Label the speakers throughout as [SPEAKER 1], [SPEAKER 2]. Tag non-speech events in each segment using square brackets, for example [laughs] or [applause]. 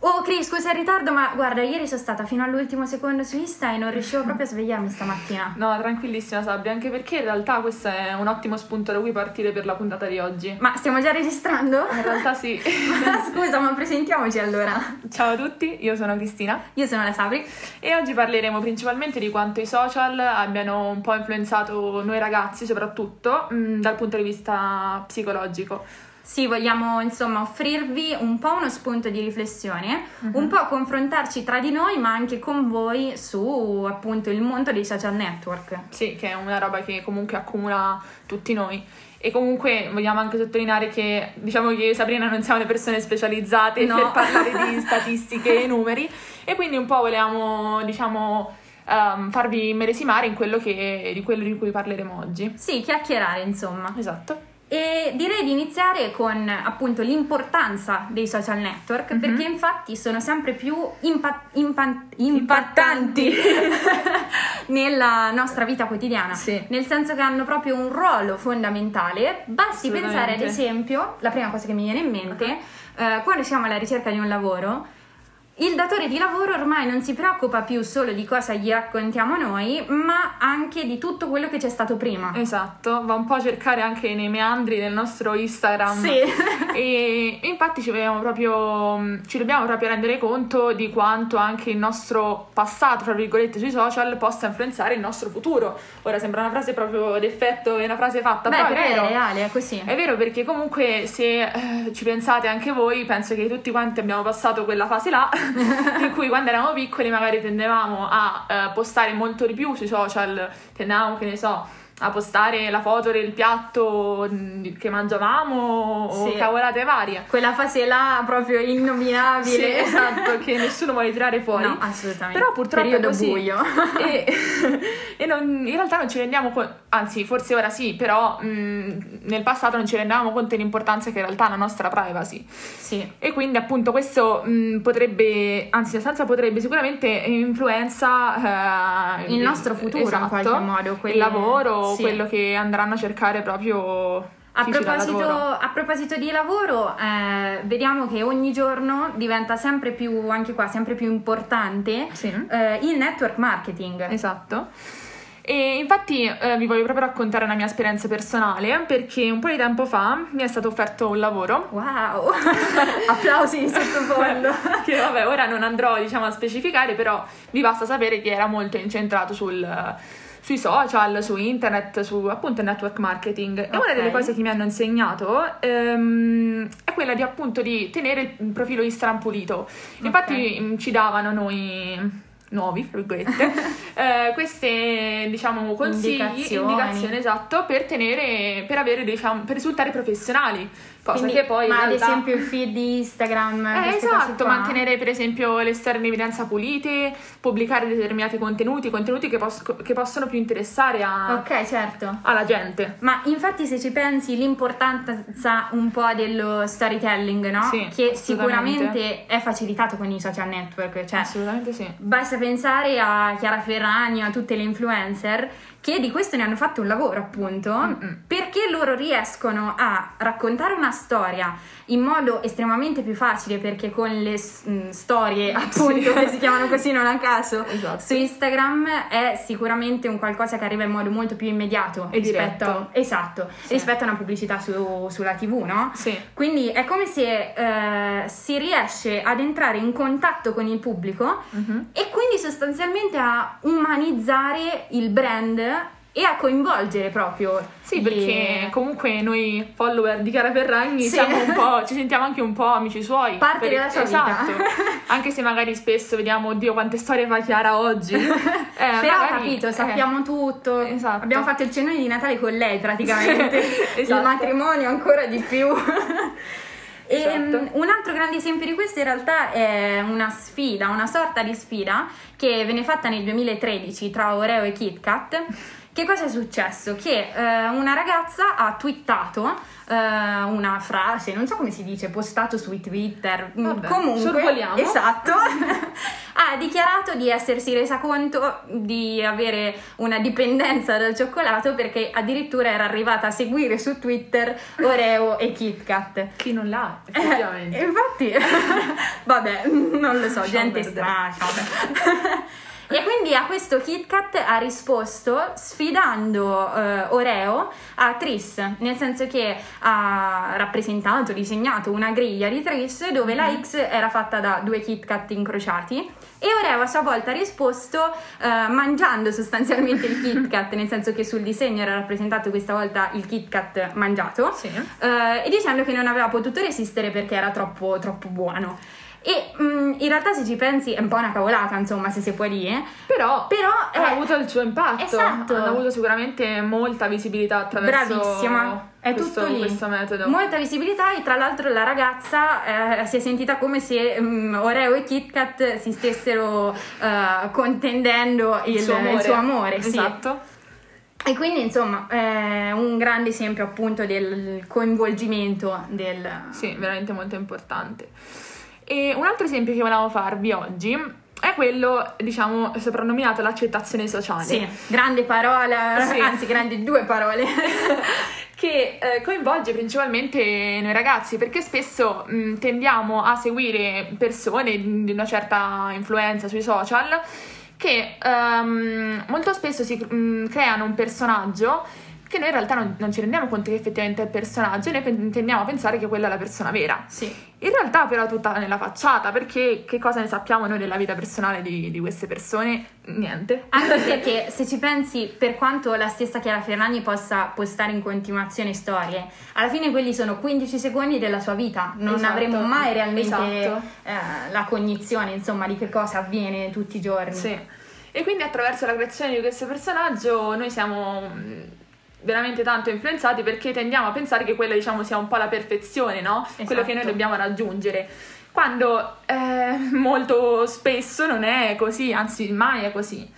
[SPEAKER 1] Oh, scusa il ritardo, ma guarda, ieri sono stata fino all'ultimo secondo su Insta e non riuscivo proprio a svegliarmi stamattina.
[SPEAKER 2] No, tranquillissima Sabbia, anche perché in realtà questo è un ottimo spunto da cui partire per la puntata di oggi.
[SPEAKER 1] Ma stiamo già registrando? [laughs]
[SPEAKER 2] In realtà sì. [laughs]
[SPEAKER 1] Ma scusa, ma presentiamoci allora.
[SPEAKER 2] Ciao a tutti, io sono Cristina
[SPEAKER 1] Io sono la Sabri.
[SPEAKER 2] e oggi parleremo principalmente di quanto i social abbiano un po' influenzato noi ragazzi, soprattutto mh, dal punto di vista psicologico.
[SPEAKER 1] Sì, vogliamo insomma offrirvi un po' uno spunto di riflessione, un po' confrontarci tra di noi, ma anche con voi su appunto il mondo dei social network.
[SPEAKER 2] Sì, che è una roba che comunque accomuna tutti noi. E comunque vogliamo anche sottolineare che diciamo che io e Sabrina non siamo le persone specializzate
[SPEAKER 1] No.
[SPEAKER 2] per parlare di statistiche e numeri e quindi un po' volevamo diciamo ehm, farvi meresimare in quello che, di quello di cui parleremo oggi.
[SPEAKER 1] Sì, chiacchierare insomma.
[SPEAKER 2] Esatto.
[SPEAKER 1] E direi di iniziare con appunto l'importanza dei social network,
[SPEAKER 2] Mhm.
[SPEAKER 1] perché infatti sono sempre più impa- impa-
[SPEAKER 2] Impattanti.
[SPEAKER 1] impattanti [laughs] nella nostra vita quotidiana.
[SPEAKER 2] Sì.
[SPEAKER 1] Nel senso che hanno proprio un ruolo fondamentale. Basti
[SPEAKER 2] Assolutamente. Uh-huh.
[SPEAKER 1] pensare, ad esempio, la prima cosa che mi viene in mente, eh, quando siamo alla ricerca di un lavoro, il datore di lavoro ormai non si preoccupa più solo di cosa gli raccontiamo noi, ma anche di tutto quello che c'è stato prima.
[SPEAKER 2] Esatto, va un po' a cercare anche nei meandri del nostro Instagram.
[SPEAKER 1] Sì.
[SPEAKER 2] E infatti ci dobbiamo, proprio, ci dobbiamo proprio rendere conto di quanto anche il nostro passato, tra virgolette, sui social possa influenzare il nostro futuro. Ora sembra una frase proprio d'effetto, è una frase fatta,
[SPEAKER 1] Beh,
[SPEAKER 2] però è
[SPEAKER 1] però
[SPEAKER 2] vero.
[SPEAKER 1] è reale, è così.
[SPEAKER 2] È vero perché comunque se eh, ci pensate anche voi, penso che tutti quanti abbiamo passato quella
[SPEAKER 1] [laughs]
[SPEAKER 2] fase là, in cui quando eravamo piccoli magari tendevamo a eh, postare molto di più sui social, tendevamo, che ne so, a postare la foto del piatto mh, che mangiavamo o
[SPEAKER 1] Sì.
[SPEAKER 2] cavolate varie.
[SPEAKER 1] Quella fase là proprio
[SPEAKER 2] Sì,
[SPEAKER 1] innominabile. [laughs]
[SPEAKER 2] esatto, che nessuno vuole tirare fuori.
[SPEAKER 1] No, assolutamente.
[SPEAKER 2] Però purtroppo è
[SPEAKER 1] Periodo
[SPEAKER 2] così.
[SPEAKER 1] buio.
[SPEAKER 2] e,
[SPEAKER 1] [laughs]
[SPEAKER 2] [laughs] e non- in realtà non ci rendiamo conto, anzi forse ora sì, però mh, nel passato non ci rendevamo conto dell'importanza che in realtà ha la nostra privacy.
[SPEAKER 1] Sì.
[SPEAKER 2] E quindi appunto questo mh, potrebbe, anzi la stanza potrebbe sicuramente influenza eh,
[SPEAKER 1] Il nostro futuro
[SPEAKER 2] esatto,
[SPEAKER 1] in qualche modo. quelle-
[SPEAKER 2] il lavoro,
[SPEAKER 1] Sì.
[SPEAKER 2] quello che andranno a cercare proprio...
[SPEAKER 1] A
[SPEAKER 2] uffici da
[SPEAKER 1] proposito,
[SPEAKER 2] lavoro.
[SPEAKER 1] a proposito di lavoro, eh, vediamo che ogni giorno diventa sempre più, anche qua, sempre più importante
[SPEAKER 2] Sì.
[SPEAKER 1] eh, il network marketing.
[SPEAKER 2] Esatto. E infatti eh, vi voglio proprio raccontare una mia esperienza personale perché un po' di tempo fa mi è stato offerto un lavoro
[SPEAKER 1] Wow! [laughs] Applausi di sottofondo.
[SPEAKER 2] [laughs] che vabbè ora non andrò diciamo a specificare però vi basta sapere che era molto incentrato sul- eh, sui social, su internet, su appunto il network marketing e una
[SPEAKER 1] Ok.
[SPEAKER 2] delle cose che mi hanno insegnato ehm, è quella di appunto di tenere il profilo Instagram pulito infatti mh, ci davano noi nuovi,
[SPEAKER 1] [laughs]
[SPEAKER 2] tra virgolette, eh, queste diciamo consigli,
[SPEAKER 1] Indicazioni.
[SPEAKER 2] indicazioni esatto, per tenere, per avere diciamo, per risultare professionali, cosa
[SPEAKER 1] Quindi-
[SPEAKER 2] che poi in
[SPEAKER 1] ma ad
[SPEAKER 2] realtà-
[SPEAKER 1] esempio il feed di Instagram,
[SPEAKER 2] eh,
[SPEAKER 1] queste cose
[SPEAKER 2] esatto,
[SPEAKER 1] qua?
[SPEAKER 2] mantenere per esempio le stelle in evidenza pulite, pubblicare determinati contenuti, contenuti che, pos- che possono più interessare a-
[SPEAKER 1] Ok, certo.
[SPEAKER 2] alla gente.
[SPEAKER 1] Ma infatti se ci pensi l'importanza un po' dello storytelling, no?
[SPEAKER 2] Sì,
[SPEAKER 1] che
[SPEAKER 2] assolutamente.
[SPEAKER 1] sicuramente è facilitato con i social network, cioè
[SPEAKER 2] Assolutamente sì.
[SPEAKER 1] basta pensare a Chiara Ferragni, a tutte le influencer che di questo ne hanno fatto un lavoro, appunto,
[SPEAKER 2] Mm-mm.
[SPEAKER 1] perché loro riescono a raccontare una storia in modo estremamente più facile perché con le s- mh,
[SPEAKER 2] [laughs]
[SPEAKER 1] storie, appunto, che si chiamano così non a caso,
[SPEAKER 2] Esatto.
[SPEAKER 1] su Instagram è sicuramente un qualcosa che arriva in modo molto più immediato
[SPEAKER 2] E
[SPEAKER 1] rispetto,
[SPEAKER 2] diretto.
[SPEAKER 1] esatto,
[SPEAKER 2] Sì.
[SPEAKER 1] rispetto a una pubblicità su- sulla TV, no?
[SPEAKER 2] Sì.
[SPEAKER 1] Quindi è come se eh, si riesce ad entrare in contatto con il pubblico
[SPEAKER 2] Mhm.
[SPEAKER 1] e quindi sostanzialmente a umanizzare il brand e a coinvolgere proprio.
[SPEAKER 2] Sì,
[SPEAKER 1] gli-
[SPEAKER 2] perché comunque noi follower di Chiara Ferragni
[SPEAKER 1] Sì.
[SPEAKER 2] siamo un po', ci sentiamo anche un po' amici suoi.
[SPEAKER 1] Parte della sua vita.
[SPEAKER 2] Esatto. Anche se magari spesso vediamo, oddio, quante storie fa
[SPEAKER 1] [laughs]
[SPEAKER 2] Chiara oggi. Eh,
[SPEAKER 1] Però ho
[SPEAKER 2] magari-
[SPEAKER 1] capito,
[SPEAKER 2] eh,
[SPEAKER 1] sappiamo tutto.
[SPEAKER 2] esatto.
[SPEAKER 1] Abbiamo fatto il cenone di Natale con lei
[SPEAKER 2] [laughs]
[SPEAKER 1] praticamente.
[SPEAKER 2] Esatto.
[SPEAKER 1] Il matrimonio ancora di più. E
[SPEAKER 2] Esatto.
[SPEAKER 1] mm, un altro grande esempio di questo in realtà è una sfida, una sorta di sfida che venne fatta nel 2013 tra Oreo e KitKat Che cosa è successo? Che eh, una ragazza ha twittato eh, una frase, non so come si dice, postato su Twitter, mm,
[SPEAKER 2] Vabbè,
[SPEAKER 1] comunque,
[SPEAKER 2] sorvoliamo. [laughs]
[SPEAKER 1] esatto, ha dichiarato di essersi resa conto di avere una dipendenza dal cioccolato perché addirittura era arrivata a seguire su Twitter Oreo e Kit Kat.
[SPEAKER 2] Chi non l'ha,
[SPEAKER 1] Eh,
[SPEAKER 2] effettivamente. [laughs]
[SPEAKER 1] infatti, vabbè, non lo so,
[SPEAKER 2] Lasciamo
[SPEAKER 1] gente
[SPEAKER 2] perdere.
[SPEAKER 1] strana. vabbè. [laughs] E quindi a questo Kit Kat ha risposto sfidando eh, Oreo a Tris, nel senso che ha rappresentato, disegnato una griglia di Tris dove la
[SPEAKER 2] Mm-hmm.
[SPEAKER 1] X era fatta da due Kit Kat incrociati e Oreo a sua volta ha risposto eh, mangiando sostanzialmente
[SPEAKER 2] [laughs]
[SPEAKER 1] il Kit Kat, nel senso che sul disegno era rappresentato questa volta il Kit Kat mangiato.
[SPEAKER 2] Sì.
[SPEAKER 1] Eh, e dicendo che non aveva potuto resistere perché era troppo, troppo buono. E mm, in realtà se ci pensi è un po' una cavolata, insomma, se si può dire.
[SPEAKER 2] Però,
[SPEAKER 1] Però
[SPEAKER 2] ha
[SPEAKER 1] eh,
[SPEAKER 2] avuto il suo impatto.
[SPEAKER 1] esatto.
[SPEAKER 2] Hanno avuto sicuramente molta visibilità attraverso
[SPEAKER 1] bravissima, è
[SPEAKER 2] questo,
[SPEAKER 1] tutto lì.
[SPEAKER 2] questo metodo.
[SPEAKER 1] Molta visibilità e tra l'altro la ragazza eh, si è sentita come se mm, Oreo e Kit Kat si stessero eh, contendendo il, il suo amore, sì.
[SPEAKER 2] Esatto.
[SPEAKER 1] E quindi insomma è un grande esempio appunto del coinvolgimento del...
[SPEAKER 2] Sì, veramente molto importante. E un altro esempio che volevamo farvi oggi è quello, diciamo, soprannominato l'accettazione sociale.
[SPEAKER 1] Sì, grande parola,
[SPEAKER 2] Sì.
[SPEAKER 1] anzi grandi due [laughs] parole.
[SPEAKER 2] [laughs] che eh, coinvolge principalmente noi ragazzi, perché spesso mh, tendiamo a seguire persone di una certa influenza sui social che ehm, molto spesso si mh, creano un personaggio che noi in realtà non, non ci rendiamo conto che effettivamente è il personaggio e noi pen- tendiamo a pensare che quella è la persona vera.
[SPEAKER 1] sì.
[SPEAKER 2] In realtà però è tutta nella facciata, perché che cosa ne sappiamo noi della vita personale di, di queste persone? Niente.
[SPEAKER 1] Anche perché se ci pensi, per quanto la stessa Chiara Ferragni possa postare in continuazione storie, alla fine quelli sono 15 secondi della sua vita, non
[SPEAKER 2] Esatto,
[SPEAKER 1] avremo mai realmente
[SPEAKER 2] esatto.
[SPEAKER 1] eh, la cognizione, insomma, di che cosa avviene tutti i giorni.
[SPEAKER 2] Sì. E quindi attraverso la creazione di questo personaggio noi siamo mh, veramente tanto influenzati perché tendiamo a pensare che quella diciamo sia un po' la perfezione, no? Quello che noi
[SPEAKER 1] Esatto.
[SPEAKER 2] dobbiamo raggiungere. Quando eh, [laughs] molto spesso non è così, anzi mai è così.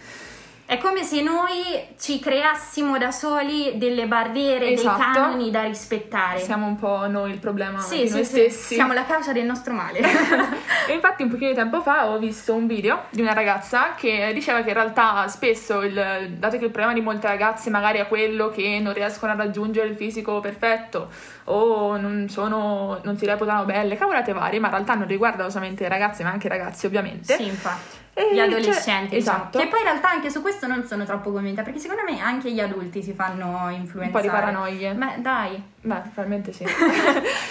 [SPEAKER 1] È come se noi ci creassimo da soli delle barriere,
[SPEAKER 2] Esatto.
[SPEAKER 1] dei canoni da rispettare.
[SPEAKER 2] Siamo un po' noi il problema
[SPEAKER 1] sì,
[SPEAKER 2] di
[SPEAKER 1] sì,
[SPEAKER 2] noi
[SPEAKER 1] sì,
[SPEAKER 2] stessi.
[SPEAKER 1] siamo la causa del nostro
[SPEAKER 2] [laughs]
[SPEAKER 1] male.
[SPEAKER 2] E infatti un pochino di tempo fa ho visto un video di una ragazza che diceva che in realtà spesso, il- dato che il problema di molte ragazze magari è quello che non riescono a raggiungere il fisico perfetto o non, sono, non si reputano belle, cavolate varie, ma in realtà non riguardano solamente le ragazze ma anche i ragazzi ovviamente.
[SPEAKER 1] sì, infatti.
[SPEAKER 2] E
[SPEAKER 1] gli
[SPEAKER 2] cioè-
[SPEAKER 1] adolescenti, diciamo.
[SPEAKER 2] esatto.
[SPEAKER 1] Che poi in realtà anche su questo non sono troppo convinta, perché secondo me anche gli adulti si fanno influenzare.
[SPEAKER 2] Un po' di paranoie.
[SPEAKER 1] Beh, dai.
[SPEAKER 2] Beh, probabilmente sì.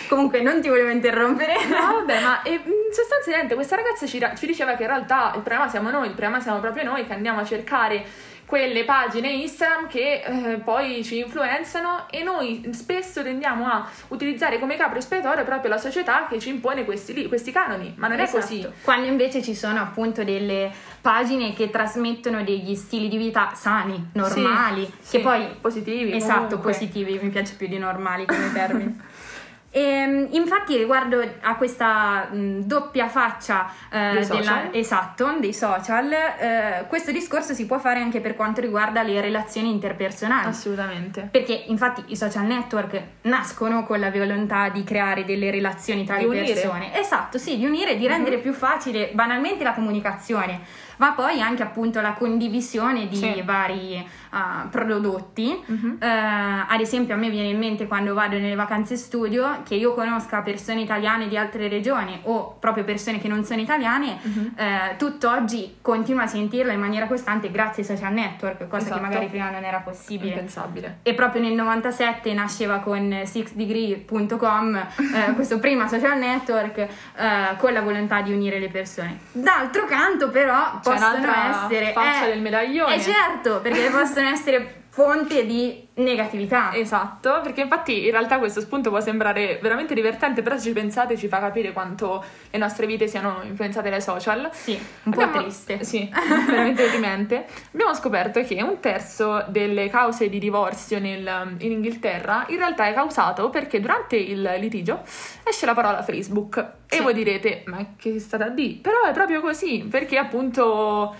[SPEAKER 1] Comunque non ti volevo interrompere.
[SPEAKER 2] No, [laughs] vabbè, ma eh, in sostanza niente, questa ragazza ci, ra- ci diceva che in realtà il problema siamo noi, il problema siamo proprio noi che andiamo a cercare quelle pagine Instagram che eh, poi ci influenzano e noi spesso tendiamo a utilizzare come capro espiatorio proprio la società che ci impone questi, li- questi canoni, ma non è
[SPEAKER 1] Esatto.
[SPEAKER 2] così.
[SPEAKER 1] Quando invece ci sono appunto delle pagine che trasmettono degli stili di vita sani, normali, che
[SPEAKER 2] Sì,
[SPEAKER 1] poi
[SPEAKER 2] positivi.
[SPEAKER 1] Esatto,
[SPEAKER 2] comunque.
[SPEAKER 1] positivi, mi piace più di normali come
[SPEAKER 2] [laughs]
[SPEAKER 1] termine. Ehm, infatti riguardo a questa mh, doppia faccia eh,
[SPEAKER 2] Dei social.
[SPEAKER 1] esatto, dei social, eh, questo discorso si può fare anche per quanto riguarda le relazioni interpersonali.
[SPEAKER 2] Assolutamente.
[SPEAKER 1] Perché infatti i social network nascono con la volontà di creare delle relazioni tra
[SPEAKER 2] Di
[SPEAKER 1] le
[SPEAKER 2] unire. Mhm.
[SPEAKER 1] persone. Esatto, sì, di unire, di rendere più facile banalmente la comunicazione, ma poi anche appunto la condivisione di
[SPEAKER 2] Sì.
[SPEAKER 1] vari ah, prodotti.
[SPEAKER 2] Mhm.
[SPEAKER 1] Eh, ad esempio, a me viene in mente quando vado nelle vacanze studio che io conosca persone italiane di altre regioni o proprio persone che non sono italiane.
[SPEAKER 2] Mhm.
[SPEAKER 1] eh, tutt'oggi continuo a sentirla in maniera costante grazie ai social network, cosa
[SPEAKER 2] Esatto.
[SPEAKER 1] che magari prima non era possibile.
[SPEAKER 2] Impensabile.
[SPEAKER 1] E proprio nel 97 nasceva con sixdegree.com
[SPEAKER 2] [laughs]
[SPEAKER 1] eh, questo primo social network eh, con la volontà di unire le persone. D'altro canto però
[SPEAKER 2] C'è
[SPEAKER 1] possono
[SPEAKER 2] un'altra
[SPEAKER 1] essere...
[SPEAKER 2] faccia
[SPEAKER 1] eh,
[SPEAKER 2] del medaglione.
[SPEAKER 1] eh, certo, perché possono
[SPEAKER 2] [laughs]
[SPEAKER 1] essere fonte di negatività.
[SPEAKER 2] Esatto, perché infatti in realtà questo spunto può sembrare veramente divertente, però se ci pensate ci fa capire quanto le nostre vite siano influenzate dai social.
[SPEAKER 1] Sì, un po'
[SPEAKER 2] Abbiamo-
[SPEAKER 1] triste. [laughs]
[SPEAKER 2] Sì, veramente deprimente. Abbiamo scoperto che un terzo delle cause di divorzio nel- in Inghilterra in realtà è causato perché durante il litigio esce la parola Facebook.
[SPEAKER 1] Sì.
[SPEAKER 2] E voi direte, ma che è stata di? Però è proprio così, perché appunto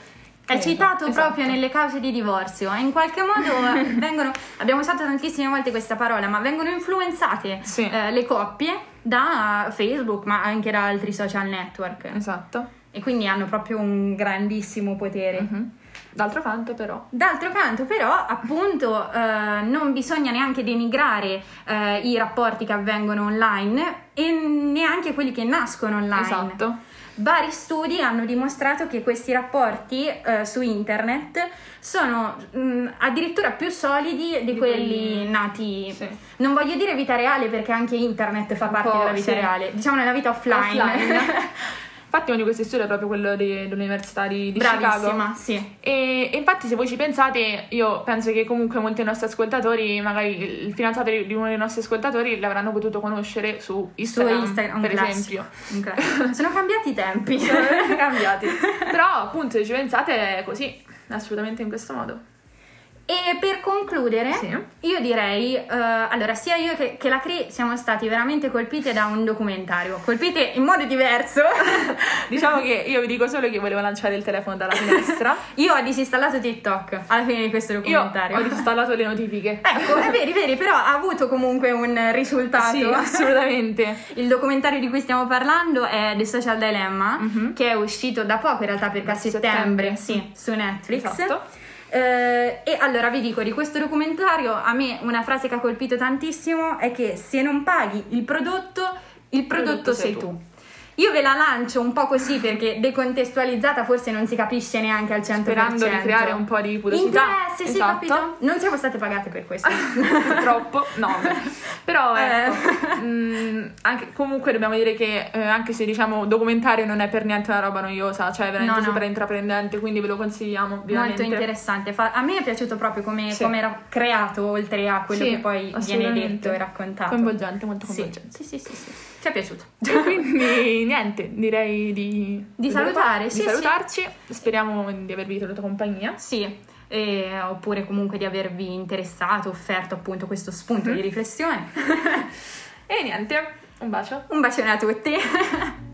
[SPEAKER 1] È
[SPEAKER 2] Credo,
[SPEAKER 1] citato
[SPEAKER 2] esatto.
[SPEAKER 1] proprio nelle cause di divorzio e in qualche
[SPEAKER 2] [laughs]
[SPEAKER 1] modo eh, vengono, abbiamo usato tantissime volte questa parola, ma vengono influenzate
[SPEAKER 2] Sì.
[SPEAKER 1] eh, le coppie da Facebook, ma anche da altri social network
[SPEAKER 2] Esatto.
[SPEAKER 1] e quindi hanno proprio un grandissimo potere.
[SPEAKER 2] Mhm. D'altro canto, però.
[SPEAKER 1] D'altro canto, però, appunto, eh, non bisogna neanche denigrare eh, i rapporti che avvengono online e neanche quelli che nascono online.
[SPEAKER 2] Esatto.
[SPEAKER 1] Vari studi hanno dimostrato che questi rapporti eh, su internet sono mh, addirittura più solidi di,
[SPEAKER 2] Di
[SPEAKER 1] quelli,
[SPEAKER 2] quelli-
[SPEAKER 1] nati.
[SPEAKER 2] Sì.
[SPEAKER 1] Non voglio dire vita reale perché anche internet fa
[SPEAKER 2] Un
[SPEAKER 1] parte
[SPEAKER 2] po',
[SPEAKER 1] della vita
[SPEAKER 2] sì.
[SPEAKER 1] reale, diciamo nella vita offline. [laughs]
[SPEAKER 2] Offline. [laughs] Infatti, uno di questi studi è proprio quello di- dell'Università di, di Chicago.
[SPEAKER 1] Bravissima, sì.
[SPEAKER 2] E, e infatti, se voi ci pensate, io penso che comunque molti dei nostri ascoltatori, magari il fidanzato di di uno dei nostri ascoltatori, l'avranno potuto conoscere su Instagram,
[SPEAKER 1] Instagram, un
[SPEAKER 2] per
[SPEAKER 1] classico. [laughs]
[SPEAKER 2] esempio.
[SPEAKER 1] Un classico. Sono cambiati i tempi. [laughs]
[SPEAKER 2] cambiati. Però, appunto, se ci pensate, è così, assolutamente in questo modo.
[SPEAKER 1] E per concludere,
[SPEAKER 2] Sì.
[SPEAKER 1] io direi, eh, allora sia io che, che la Cri siamo stati veramente colpite da un documentario, colpite in modo
[SPEAKER 2] [laughs]
[SPEAKER 1] diverso.
[SPEAKER 2] Diciamo che io vi dico solo che volevo lanciare il telefono dalla finestra.
[SPEAKER 1] Io ho disinstallato TikTok alla fine di questo
[SPEAKER 2] Io
[SPEAKER 1] documentario.
[SPEAKER 2] ho installato le notifiche.
[SPEAKER 1] [laughs] Ecco, è vero, è vero, però ha avuto comunque un risultato.
[SPEAKER 2] Sì, assolutamente.
[SPEAKER 1] [laughs] Il documentario di cui stiamo parlando è The Social Dilemma,
[SPEAKER 2] Mhm.
[SPEAKER 1] che è uscito da poco in realtà perché a settembre,
[SPEAKER 2] Settembre. Mm.
[SPEAKER 1] sì, su Netflix.
[SPEAKER 2] Esatto.
[SPEAKER 1] Eh, e allora vi dico di questo documentario a me una frase che ha colpito tantissimo è che se non paghi il prodotto, il prodotto, sei tu. Io ve la lancio un po' così perché decontestualizzata forse non si capisce neanche al 100%.
[SPEAKER 2] Sperando di creare un po' di curiosità.
[SPEAKER 1] Interesse, sì,
[SPEAKER 2] Esatto.
[SPEAKER 1] capito? Non siamo state pagate per questo.
[SPEAKER 2] [laughs] Purtroppo, no. beh. Però
[SPEAKER 1] Eh.
[SPEAKER 2] ecco, mh, anche- comunque dobbiamo dire che eh, anche se diciamo documentario non è per niente una roba noiosa, cioè è veramente
[SPEAKER 1] No, no.
[SPEAKER 2] super intraprendente, quindi ve lo consigliamo veramente.
[SPEAKER 1] Molto interessante. Fa- a me è piaciuto proprio come,
[SPEAKER 2] Sì.
[SPEAKER 1] come era creato, oltre a quello
[SPEAKER 2] Sì,
[SPEAKER 1] che poi viene
[SPEAKER 2] assolutamente.
[SPEAKER 1] detto e raccontato.
[SPEAKER 2] Coinvolgente, molto
[SPEAKER 1] Sì.
[SPEAKER 2] coinvolgente.
[SPEAKER 1] Sì, sì, sì, sì. Ci è piaciuto.
[SPEAKER 2] [laughs] E quindi niente, direi di,
[SPEAKER 1] Di salutare,
[SPEAKER 2] di
[SPEAKER 1] sì, sì.
[SPEAKER 2] salutarci. Speriamo di avervi tenuto compagnia.
[SPEAKER 1] Sì, e- oppure comunque di avervi interessato, offerto appunto questo spunto
[SPEAKER 2] Mhm.
[SPEAKER 1] di riflessione.
[SPEAKER 2] E niente, un bacio.
[SPEAKER 1] Un bacione a tutti.